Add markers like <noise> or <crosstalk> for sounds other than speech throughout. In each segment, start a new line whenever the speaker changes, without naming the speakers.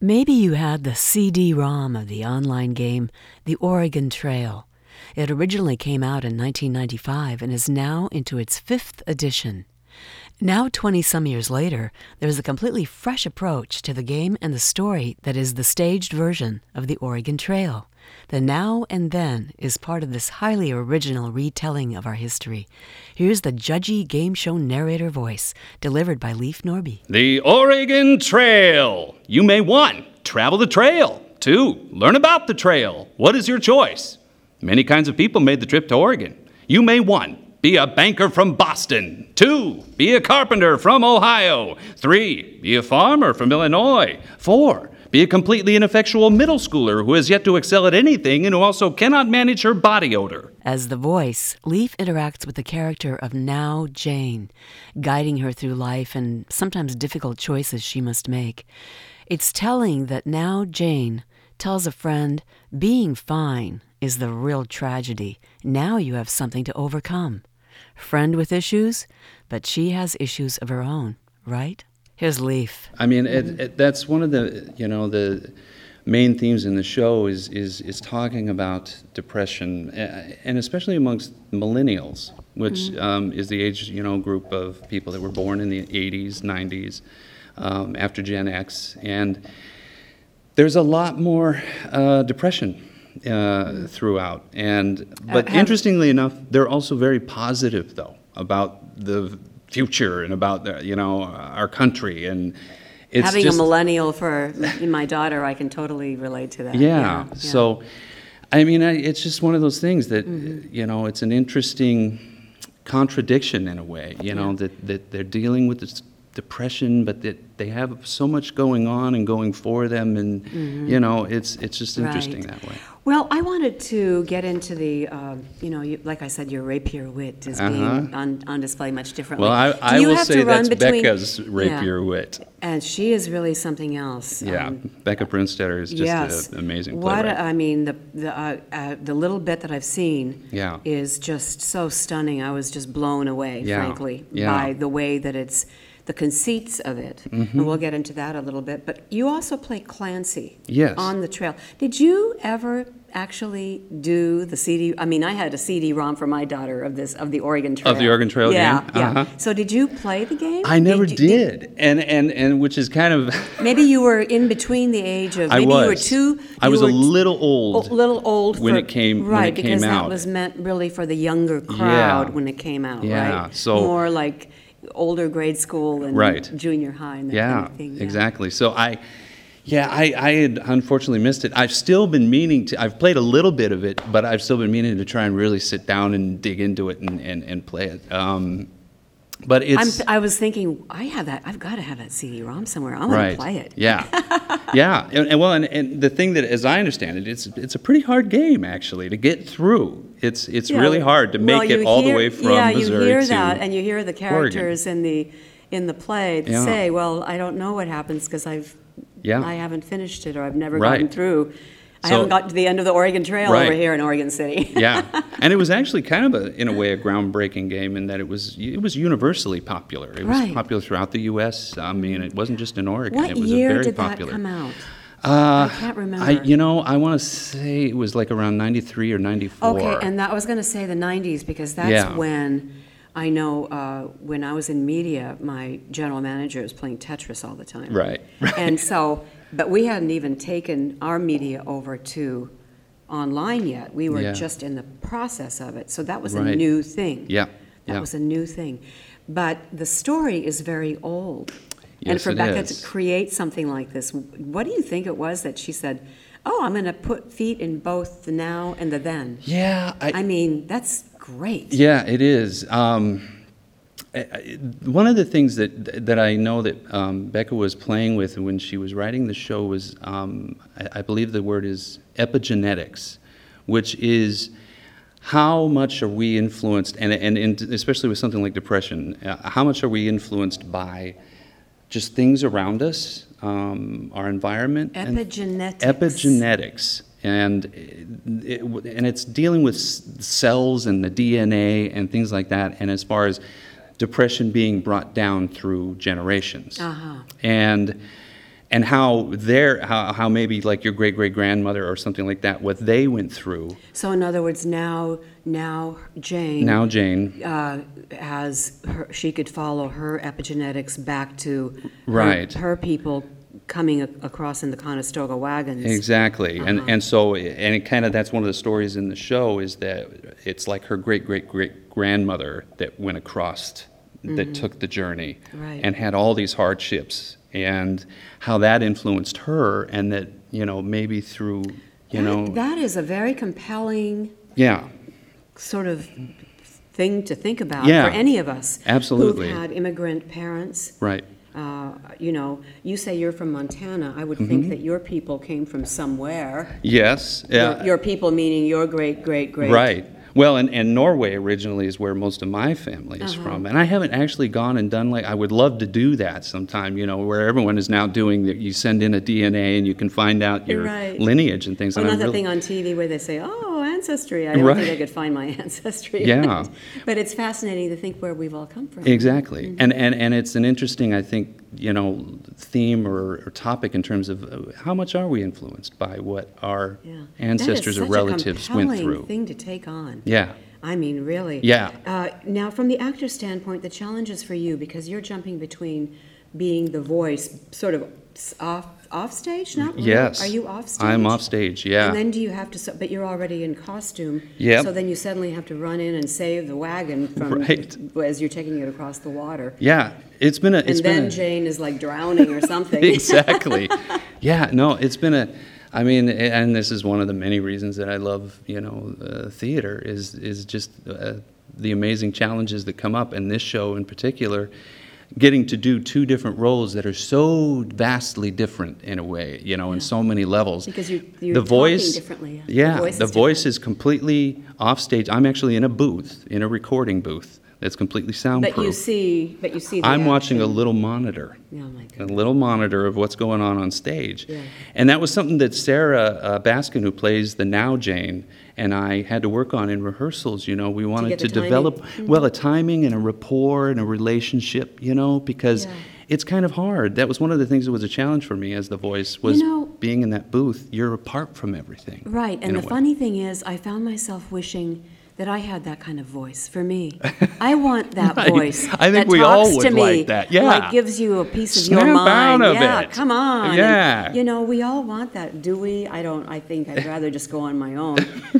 Maybe you had the CD ROM of the online game The Oregon Trail. It originally came out in 1995 and is now into its fifth edition. Now, 20 some years later, there is a completely fresh approach to the game and the story that is the staged version of The Oregon Trail. The Now and Then is part of this highly original retelling of our history. Here's the judgy game show narrator voice delivered by Leif Norby.
The Oregon Trail. You may one, travel the trail. Two, learn about the trail. What is your choice? Many kinds of people made the trip to Oregon. You may one, be a banker from Boston. Two, be a carpenter from Ohio. Three, be a farmer from Illinois. Four, be a completely ineffectual middle schooler who has yet to excel at anything and who also cannot manage her body odor.
As the voice, Leaf interacts with the character of now Jane, guiding her through life and sometimes difficult choices she must make. It's telling that now Jane tells a friend, being fine is the real tragedy. Now you have something to overcome. Friend with issues, but she has issues of her own, right? Here's Leaf.
I mean,
Mm-hmm.
it, it, that's one of the you know the main themes in the show is is is talking about depression, a- and especially amongst millennials, which
Mm-hmm.
um, is the age you know group of people that were born in the 80s, 90s, um, after Gen X, and there's a lot more uh, depression
Mm-hmm.
uh, throughout. And but interestingly enough, they're also very positive though about the future and about the, you know our country and it's
Having
just,
a millennial for my daughter, I can totally relate to that.
yeah. So, I mean, I, it's just one of those things that
Mm-hmm.
you know, it's an interesting contradiction in a way. You know, that that they're dealing with this depression, but that they have so much going on and going for them, and you know, it's it's just interesting
Mm-hmm. Right.
that way.
Well, I wanted to get into the, um, you know, you, like I said, your rapier wit is being
Uh-huh.
on, on display much differently.
Well, I,
Do
I
you
will
have to
say
run
that's
between-
Becca's
Yeah.
rapier wit.
And she is really something else.
Yeah,
Um,
Becca Brunstetter is just
yes.
an amazing
What
playwright.
a- I mean, the the uh, uh, the little bit that I've seen
Yeah.
is just so stunning. I was just blown away,
Yeah.
frankly,
Yeah.
by the way that it's the conceits of it.
Mm-hmm.
And we'll get into that a little bit. But you also play Clancy.
Yes.
On the trail. Did you ever actually do the CD? I mean, I had a CD-ROM for my daughter of this of the Oregon Trail.
Of the Oregon Trail
yeah,
game?
Yeah.
Uh-huh.
So did you play the game?
I never
you-
did, and and and which is kind of <laughs>
Maybe you were in between the age of.
I
Maybe you were
was.
too.
I
you
was a
were t-
little old
o- little old
when
for-
it came- when
Right,
it came
because that
out.
was meant really for the younger crowd when it came out.
Yeah,
Right.
so-
more like older grade school and
Right.
junior high and that
yeah,
kind of thing.
exactly. So I, yeah, I, I had unfortunately missed it. I've still been meaning to. I've played a little bit of it, but I've still been meaning to try and really sit down and dig into it and and, and play it. Um, but
I'm,
it's
I was thinking, I have that. I've got to have that CD-ROM somewhere. I want
right.
to play it. <laughs>
Yeah, yeah, and, and well, and, and the thing that, as I understand it, it's it's a pretty hard game actually to get through. It's it's
Yeah.
really hard to
Well,
make it
you
all the
hear-
way from
yeah,
Missouri
you hear
to
that, and you hear the characters in the in the play that
Yeah.
say, "Well, I don't know what happens because I've
Yeah.
I haven't finished it, or I've never gotten
Right.
through. I
So-
haven't got to the end of the Oregon Trail over
Right.
here in Oregon City." <laughs>
yeah, and it was actually kind of a, in a way, a groundbreaking game in that it was it was universally popular. It was
Right.
popular throughout the U.S. I mean, it wasn't just in Oregon.
what
it was
year
very
did
popular.
that come out?
Uh,
I can't remember.
I, you know, I want to say it was like around '93 or '94.
Okay, and that I was going to say the 90s because that's
Yeah.
when I know uh, when I was in media, my general manager was playing Tetris all the time.
Right, <laughs> right.
And so, but we hadn't even taken our media over to online yet. We were
Yeah.
just in the process of it. So that was a
Right.
new thing.
Yeah,
That
yeah.
was a new thing. But the story is very old. and
Yes,
for
it
Becca
is.
to create something like this, what do you think it was that she said, Oh, I'm going to put feet in both the now and the then?
yeah, I,
I mean, that's great.
Yeah, it is. Um, I- I- one of the things that that I know that um, Becca was playing with when she was writing the show was, um, I, I believe the word is epigenetics, which is how much are we influenced, and and, and especially with something like depression, uh, how much are we influenced by just things around us, um, our environment, and-
Epigenetics.
epigenetics and it, and it's dealing with s- cells and the DNA and things like that and as far as depression being brought down through generations
Uh-huh.
and and how their how, how maybe like your great great grandmother or something like that what they went through.
So in other words, now, now Jane.
Now Jane,
uh, has her, she could follow her epigenetics back to her-
Right.
her, people coming a- across in the Conestoga wagons.
exactly, and
Uh-huh.
and so and it kind of that's one of the stories in the show is that it's like her great great great grandmother that went across that took the journey
Mm-hmm. Right.
and had all these hardships and how that influenced her and that you know maybe through you
That-
know
that is a very compelling
yeah
sort of thing to think about
Yeah.
for any of us
Absolutely.
who've had immigrant parents.
right
Uh, you know, you say you're from Montana. I would
Mm-hmm.
think that your people came from somewhere.
yes yeah
Your, your people meaning your great great great.
Right. Well, and, and Norway originally is where most of my family is
Uh-huh.
from. And I haven't actually gone and done like, I would love to do that sometime, you know, where everyone is now doing that. You send in a DNA and you can find out your
Right.
lineage and things.
Well,
and
not
I'm
that
really-
thing on TV where they say, "Oh, ancestry." I don't think I
Right.
could find my <laughs> ancestry.
Yeah.
<laughs> but it's fascinating to think where we've all come from.
Exactly.
Mm-hmm.
And, and, and it's an interesting, I think, you know, theme or, or topic in terms of uh, how much are we influenced by what our
Yeah.
ancestors
that
or
is such
relatives
a
went
compelling
through.
Thing to take on.
Yeah.
I mean, really.
Yeah.
Uh, now, from the actor standpoint, the challenges for you because you're jumping between being the voice, sort of s- off off stage. Not really.
Yes.
Are you off stage?
I'm off stage, yeah.
And then do you have to? s- But you're already in costume.
Yep.
So then you suddenly have to run in and save the wagon from
<laughs> Right.
as you're taking it across the water.
yeah. It's been a.
and
it's been
then
a-
Jane is like drowning or <laughs>
<laughs>
something.
exactly. Yeah, no, it's been a. I mean, a- and this is one of the many reasons that I love, you know, uh, theater is is just uh, the amazing challenges that come up, and this show in particular, getting to do two different roles that are so vastly different in a way, you know, in so many levels.
Because you're- you're
the
talking
voice,
differently. The
Yeah,
voice
the
is
voice
different.
is completely off stage. I'm actually in a booth, in a recording booth that's completely soundproof.
But you see, but you see. The
I'm watching a
action.
little monitor
Oh my
a
God.
little monitor of what's going on on stage.
Yeah.
And that was something that Sarah uh, Baskin, who plays the now Jane, and I had to work on in rehearsals. You know, we wanted
get
to,
the timing. Mm-hmm.
develop well a timing and a rapport and a relationship. You know, because
Yeah.
it's kind of hard. That was one of the things that was a challenge for me as the voice was
know-
being in that booth. You're apart from everything.
Right,
in
and
a
the
way.
funny thing is, I found myself wishing that I had that kind of voice for me. I want
<laughs>
that
Right.
voice.
I think
that
we all
talks to
would like
me,
that, yeah.
Like gives you a piece of your
Snap
mind.
out of
yeah,
it.
come on. And,
Yeah.
you know, we all want that, do we? I don't. I think I'd rather just go on my
<laughs>
own.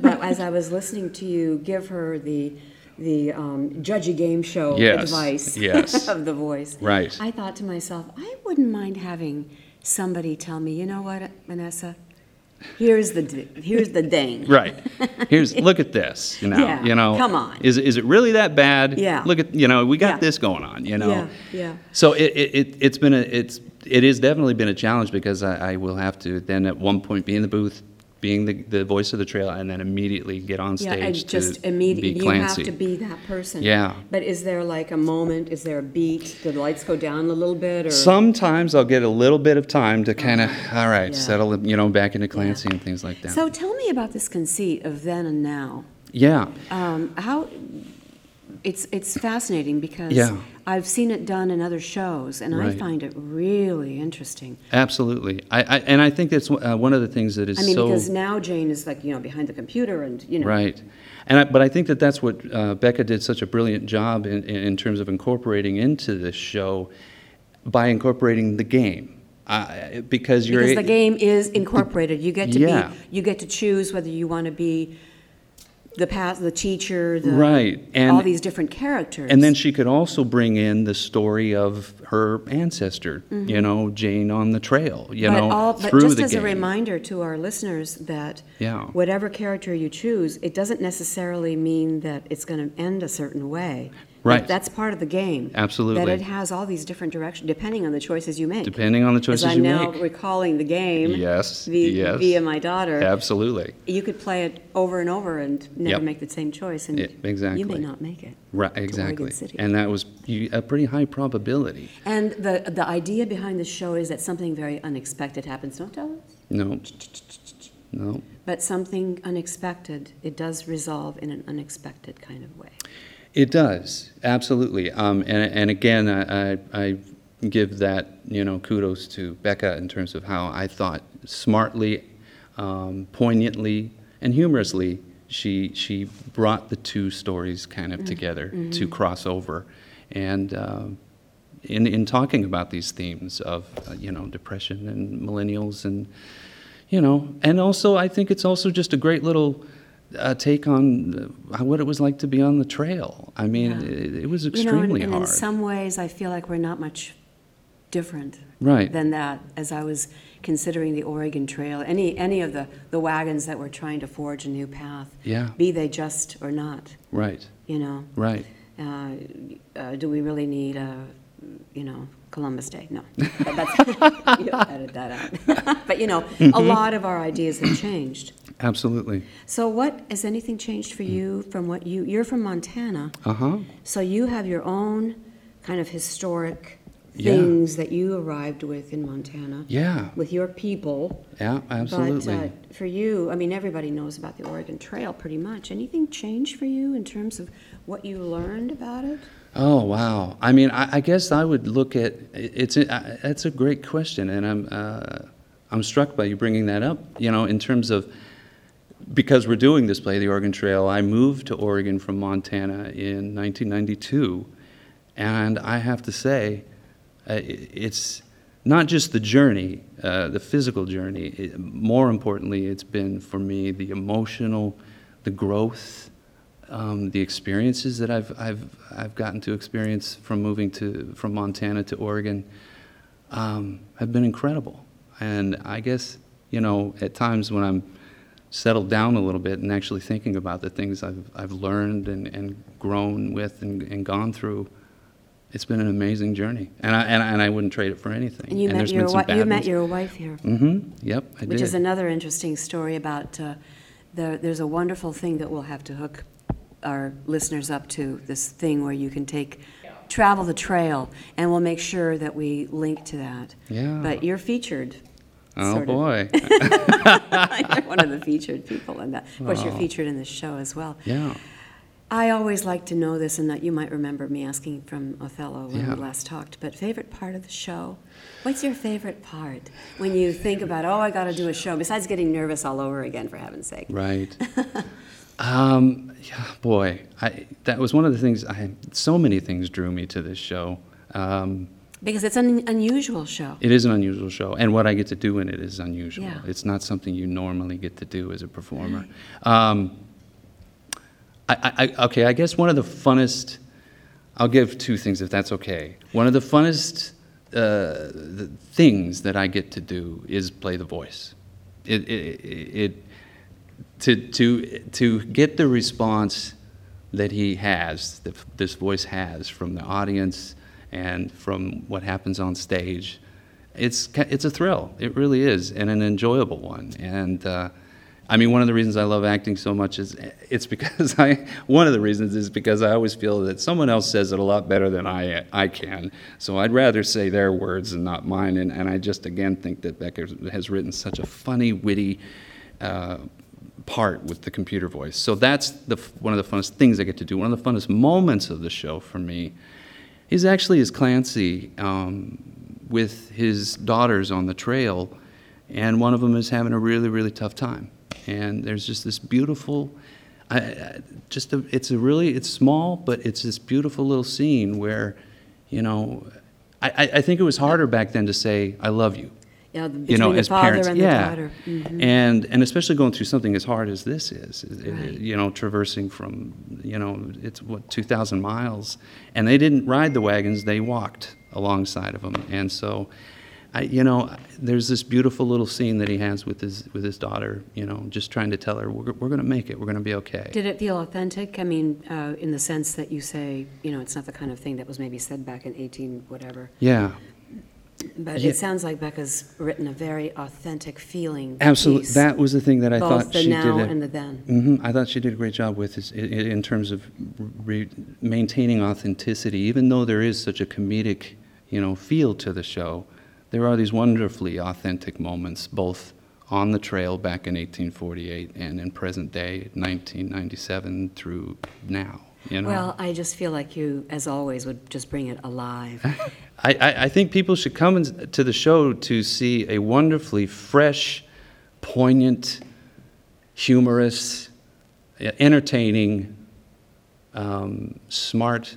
but as I was listening to you give her the the um, judgy game show
Yes,
advice <laughs>
yes.
of the voice,
Right.
I thought to myself, I wouldn't mind having somebody tell me, you know what, Vanessa. Here's the d- here's the thing.
<laughs> Right.
<laughs>
Here's look at this. You know.
Yeah,
You know.
come on.
Is is it really that bad?
Yeah.
Look at you know we got
Yeah.
this going on. You know.
Yeah, yeah.
So it, it, it it's been a it's it has definitely been a challenge because I, I will have to then at one point be in the booth. Being the, the voice of the trail, and then immediately get on
Yeah,
stage
and
to
just
be
immediately you have
Clancy.
to be that person.
Yeah.
But is there like a moment? Is there a beat? Do the lights go down a little bit? Or
Sometimes I'll get a little bit of time to kind of, all right,
Yeah.
settle, you know, back into Clancy and things like that.
So tell me about this conceit of then and now.
yeah,
Um, how it's it's fascinating because
Yeah.
I've seen it done in other shows, and I
Right.
find it really interesting.
absolutely. I, I and I think that's uh, one of the things that is
I mean,
so.
because now Jane is like you know behind the computer, and you know.
<laughs> Right. And I, but I think that that's what uh, Becca did such a brilliant job in, in, in terms of incorporating into this show by incorporating the game. Uh, because you're
Because the game is incorporated. You get to
Yeah.
be. You get to choose whether you want to be the path, the teacher, the
Right, and-
all these different characters.
And then she could also bring in the story of her ancestor, you know, Jane on the trail, you
Mm-hmm. but
know,
all, but
through
just
the
as
game.
a reminder to our listeners that
Yeah.
whatever character you choose, it doesn't necessarily mean that it's going to end a certain way. That-
Right.
that's part of the game. That
Absolutely.
it has all these different directions depending on the choices you make.
Depending on the
As
choices
I'm
you
now
make.
recalling the game.
Yes,
vi-
yes.
Via my daughter.
Absolutely.
you could play it over and over and never
Yep.
make the same choice, and
Yeah,
you may
exactly.
not make it.
Right,
to Oregon
exactly.
City.
And that was you, a pretty high probability.
And the the idea behind the show is that something very unexpected happens. Don't tell us,
No. No.
but something unexpected. It does resolve in an unexpected kind of way.
It does, absolutely. Um, and, and again, I, I, I, give that you know kudos to Becca in terms of how I thought smartly, um, poignantly, and humorously she she brought the two stories kind
Mm-hmm.
of together to cross over, and. um in, in talking about these themes of uh, you know depression and millennials and you know and also I think it's also just a great little uh, take on uh, what it was like to be on the trail. I mean,
Yeah.
it, it was
you know, and,
extremely
and in
hard.
some ways, I feel like we're not much different
Right.
than that. As I was considering the Oregon Trail, any any of the the wagons that were trying to forge a new path,
Yeah.
be they just or not,
right,
you know,
right.
uh, uh, do we really need a, you know, Columbus Day?
<laughs>
No, But that's, <laughs> you edit that out. <laughs> but you know, a
Mm-hmm.
lot of our ideas have changed.
Absolutely.
So, what has anything changed for you from what you you're from Montana?
Uh huh.
So you have your own kind of historic
Yeah.
things that you arrived with in Montana
Yeah.
with your people.
Yeah. Absolutely.
But uh, for you, I mean, everybody knows about the Oregon Trail pretty much. Anything changed for you in terms of what you learned about it?
Oh wow! I mean, I, I guess I would look at it's. A, I- it's a great question, and I'm uh, I'm struck by you bringing that up. You know, in terms of because we're doing this play, the Oregon Trail. I moved to Oregon from Montana in 1992, and I have to say, uh, i- it's not just the journey, uh, the physical journey. It, more importantly, it's been for me the emotional, the growth um, the experiences that I've, I've, I've gotten to experience from moving to, from Montana to Oregon um, have been incredible. And I guess, you know, at times when I'm settled down a little bit and actually thinking about the things I've, I've learned and, and grown with and, and gone through, it's been an amazing journey. And I, and I, and I wouldn't trade it for anything.
And you met
there's
your
been some
wi- you
bad
met
ones.
your wife here.
Mhm. Yep, I
Which
did.
is another interesting story about uh, the, there's a wonderful thing that we'll have to hook our listeners up to this thing where you can take travel the trail, and we'll make sure that we link to that.
Yeah.
But you're featured.
oh,
sort of.
boy.
<laughs> You're one of the featured people in that. Of course,
Oh.
you're featured in the show as well.
yeah.
I always like to know this, and that you might remember me asking from Othello when
Yeah.
we last talked. But favorite part of the show? What's your favorite part when you think about, oh, I got to do a show? Besides getting nervous all over again, for heaven's sake.
Right. um, yeah, boy, I, that was one of the things. I so many things drew me to this show. Um,
Because it's an unusual show.
it is an unusual show, and what I get to do in it is unusual.
Yeah.
It's not something you normally get to do as a performer. Um, I, I, I- okay, I guess one of the funnest. I'll give two things if that's okay. One of the funnest uh, th things that I get to do is play the voice. It, it, it, it to to to get the response that he has, that this voice has from the audience and from what happens on stage, it's ki- it's a thrill. It really is, and an enjoyable one. And uh, I mean, one of the reasons I love acting so much is <laughs> it's because I one of the reasons is because I always feel that someone else says it a lot better than I I can. So I'd rather say their words and not mine. And, and I just again think that Becker has written such a funny, witty. Uh, part with the computer voice. So that's the f- one of the funnest things I get to do. One of the funnest moments of the show for me is actually is Clancy um, with his daughters on the trail, and one of them is having a really really tough time. And there's just this beautiful, I, I, just a, it's a really it's small, but it's this beautiful little scene where, you know. I, I- I think it was harder back then to say I love you
Yeah, the-
you
between
know,
the
as
father
parents,
and the
yeah,
daughter. Mm-hmm.
and and especially going through something as hard as this is, is-
Right.
you know, traversing from, you know, it's what 2,000 miles, and they didn't ride the wagons; they walked alongside of them, and so, I, you know, there's this beautiful little scene that he has with his with his daughter, you know, just trying to tell her we're we're gonna make it, we're gonna be okay.
Did it feel authentic? I mean, uh, in the sense that you say, you know, it's not the kind of thing that was maybe said back in 18 whatever.
yeah,
But
Yeah.
it sounds like Becca's written a very authentic feeling.
absolutely.
piece,
That was the thing that I
both
thought
the
she
now
did. a-
and the then.
hmm I thought she did a great job with this, i- i- in terms of re- maintaining authenticity, even though there is such a comedic, you know, feel to the show. There are these wonderfully authentic moments, both on the trail back in 1848 and in present day, 1997 through now. You know. Eh?
Well, I just feel like you, as always, would just bring it alive.
I, I, I think people should come and- to the show to see a wonderfully fresh, poignant, humorous, e- entertaining, um, smart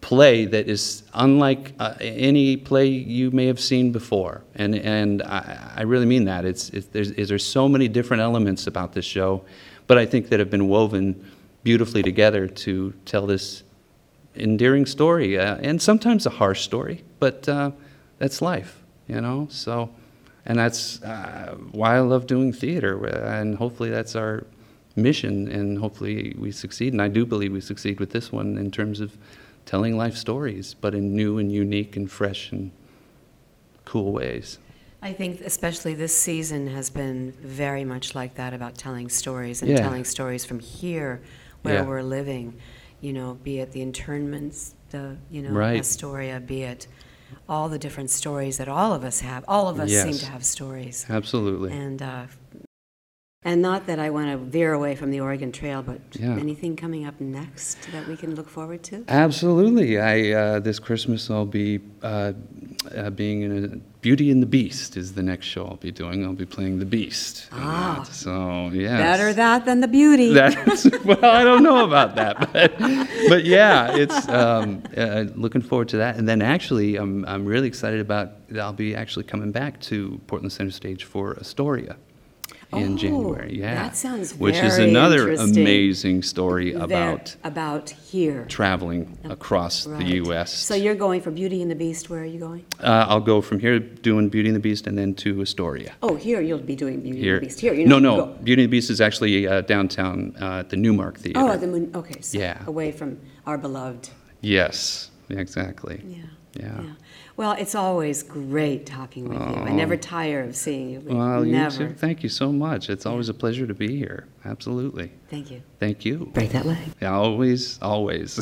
play that is unlike uh, any play you may have seen before. And, and I, I really mean that. It's, it's, there's, is there's so many different elements about this show, but I think that have been woven beautifully together to tell this endearing story, uh, and sometimes a harsh story, but uh, that's life, you know? So, and that's uh, why I love doing theater, uh, and hopefully that's our mission, and hopefully we succeed. And I do believe we succeed with this one in terms of telling life stories, but in new and unique and fresh and cool ways.
I think especially this season has been very much like that about telling stories and
Yeah.
telling stories from here where
Yeah.
we're living, you know, be it the internments, the, you know,
Right.
Astoria, be it all the different stories that all of us have. All of us seem
Yes.
to have stories.
Absolutely.
And, uh, and not that I want to veer away from the Oregon Trail, but
Yeah.
anything coming up next that we can look forward to?
Absolutely. I uh, this Christmas I'll be uh, uh, being in a Beauty and the Beast is the next show I'll be doing. I'll be playing the Beast. in
Ah.
that. So yeah.
Better that than the beauty.
That's, <laughs> well, I don't know about that, but, but yeah, it's um, uh, looking forward to that. And then actually, I'm I'm really excited about. I'll be actually coming back to Portland Center Stage for Astoria in
Oh,
January. Yeah,
that sounds
which is
very
another
interesting.
amazing story
There-
about
about here.
traveling across
Right.
the U.S.
So you're going for Beauty and the Beast. Where are you going?
Uh, I'll go from here doing Beauty and the Beast and then to Astoria.
Oh, here you'll be doing Beauty
Here.
and the Beast. Here, you're
no,
not
no.
go-
Beauty and the Beast is actually uh, downtown uh, at the Newmark Theater.
Oh, the moon. Okay, so
Yeah.
away from our beloved.
yes, exactly.
Yeah.
Yeah. Oh.
Well, it's always great talking with you. I never tire of seeing you.
Well,
never.
you too. Thank you so much. It's always a pleasure to be here. Absolutely.
Thank you.
Thank you.
Break that leg.
Always, <laughs> always.